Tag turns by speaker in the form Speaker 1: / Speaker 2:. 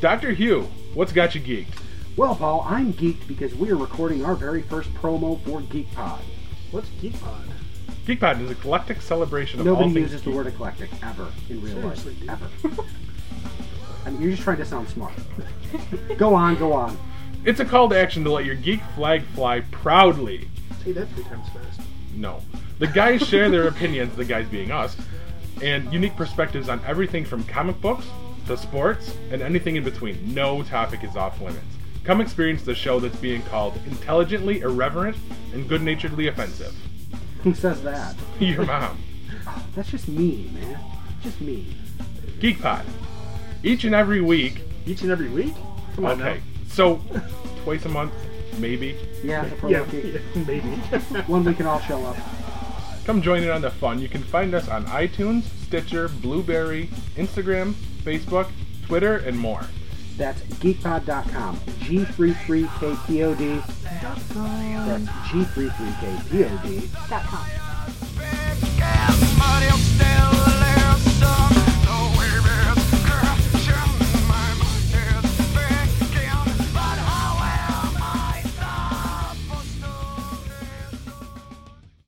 Speaker 1: Dr. Hugh, what's got you geeked?
Speaker 2: Well, Paul, I'm geeked because we are recording our very first promo for GeekPod.
Speaker 3: What's Geek Pod?
Speaker 1: GeekPod is an eclectic celebration of all
Speaker 2: Nobody
Speaker 1: things
Speaker 2: uses the
Speaker 1: geek.
Speaker 2: word eclectic ever in real
Speaker 3: Seriously, dude.
Speaker 2: life. Ever. I mean, you're just trying to sound smart. go on, go on.
Speaker 1: It's a call to action to let your geek flag fly proudly.
Speaker 3: Say that three times fast.
Speaker 1: No. The guys share their opinions, the guys being us, and unique perspectives on everything from comic books to sports and anything in between. No topic is off limits. Come experience the show that's being called intelligently irreverent and good naturedly offensive.
Speaker 2: Who says that?
Speaker 1: Your mom.
Speaker 2: That's just mean, man. Just mean.
Speaker 1: GeekPod. Each and every week.
Speaker 3: Each and every week? Come on
Speaker 1: Okay. So, twice a month, maybe.
Speaker 2: Yeah, the promo
Speaker 3: now. Yeah,
Speaker 2: geek.
Speaker 3: yeah, maybe.
Speaker 2: One we can all show up.
Speaker 1: Come join in on the fun. You can find us on iTunes, Stitcher, Blueberry, Instagram, Facebook, Twitter, and more.
Speaker 2: That's geekpod.com. G33KPOD. That's G33KPOD.
Speaker 4: Big gas money, I'm still there, so